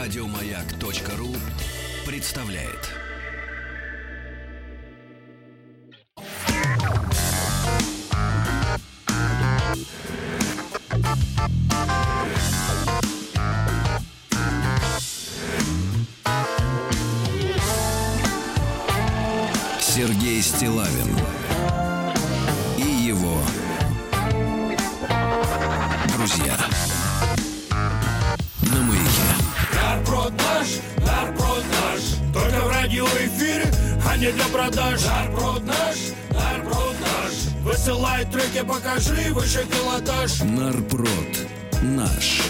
Радиомаяк.ру представляет. Сергей Стилавин и его друзья на маяке. Нарпродаж, нарпродаж Только в радиоэфире, а не для продаж Нарпродаж, нарпродаж Высылай треки, покажи выше пилотаж Нарпрод наш.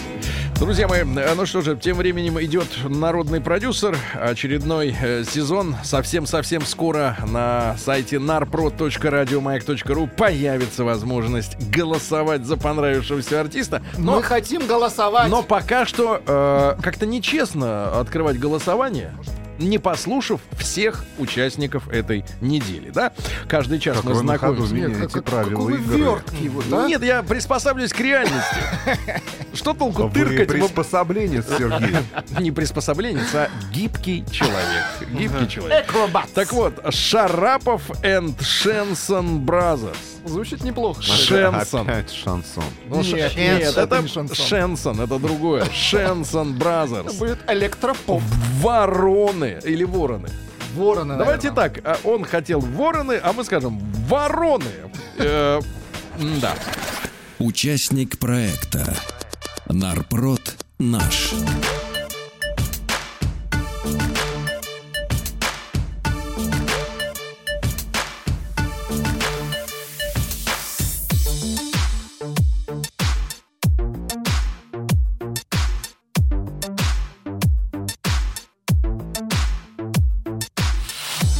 Друзья мои, э, ну что же, тем временем идет народный продюсер. Очередной э, сезон совсем-совсем скоро на сайте narpro.radiomayak.ru появится возможность голосовать за понравившегося артиста. Но, Мы хотим голосовать. но пока что э, как-то нечестно открывать голосование не послушав всех участников этой недели, да? Каждый час Как мы вы на ходу знакомимся. Как- меняете как- правила какой вы игры. верткий вот, да? Нет, я приспосабливаюсь к реальности. Что толку Вы тыркать в приспособленец, Сергей. не приспособленец, а гибкий человек. Гибкий человек. Так вот, Шарапов and Шенсон Brothers. Звучит неплохо. Шенсон. Опять шансон. Ну, ш- Нет, Нет, это это не шансон. Шенсон, это другое. Шенсон Это Brothers. будет электропоп. Вороны или вороны. Вороны, Давайте наверное. так, а, он хотел вороны, а мы скажем вороны. Э, Да. Участник проекта Нарпрод наш.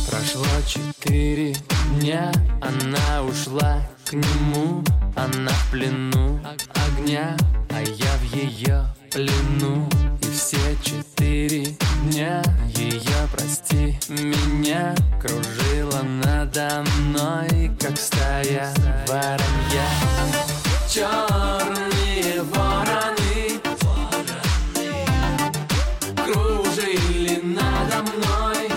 Прошло четыре дня, она ушла к нему, она в плену огня, а я в ее плену. И все четыре дня ее, прости меня, кружила надо мной, как стая воронья. Черные вороны кружили надо мной.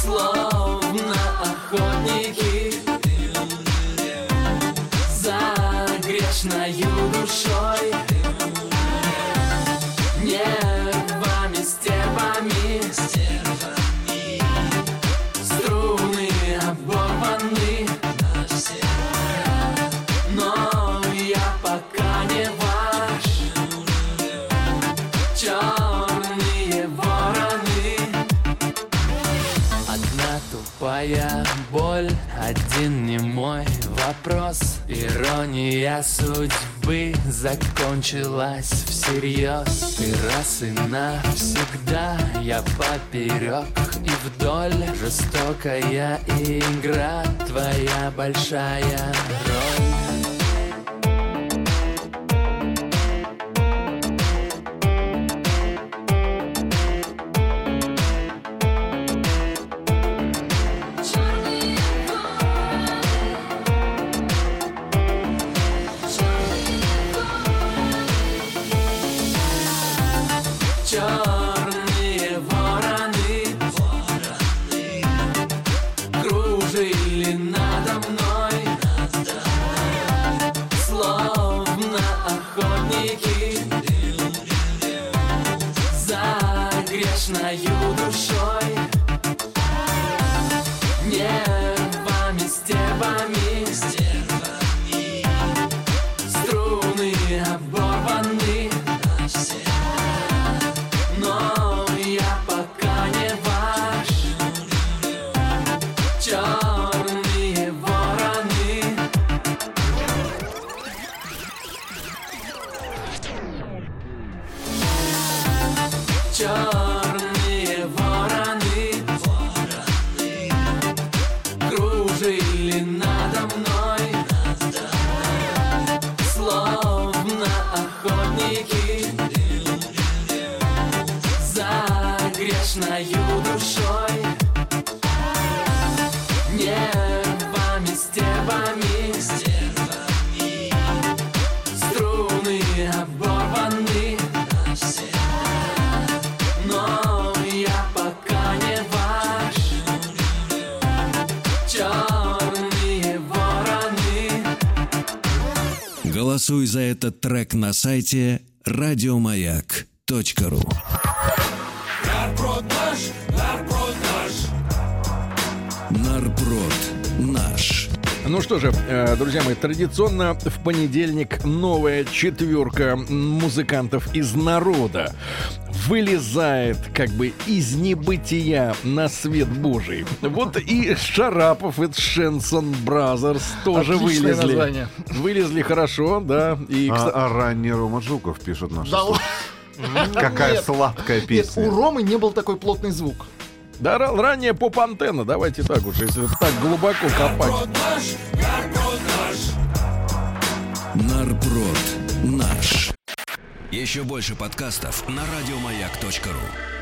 Словно охотники За грешною душой Нервами, стервами Струны оборваны Но я пока не ваш Черные вороны Одна тупая боль, один не мой вопрос Ирония судьбы закончилась всерьез И раз и навсегда я поперек и вдоль Жестокая игра, твоя большая роль Черные вороны, кружили надо мной, Голосуй за этот трек на сайте радиомаяк.ру Нарброд наш, нарброд наш. Нарпрод наш. Ну что же, э, друзья мои, традиционно в понедельник новая четверка музыкантов из народа вылезает как бы из небытия на свет божий. Вот и Шарапов и Шенсон Бразерс тоже Отличное вылезли. название. Вылезли хорошо, да. И, кста- А, а ранний Рома Жуков пишет наш. Да ладно. Какая Нет. сладкая Нет, песня. у Ромы не был такой плотный звук. да, ра- ранее поп-антенна, давайте так уж, если так глубоко копать. Нарброд наш, нарброд наш. Нарпрод наш. Еще больше подкастов на радиомаяк.ру.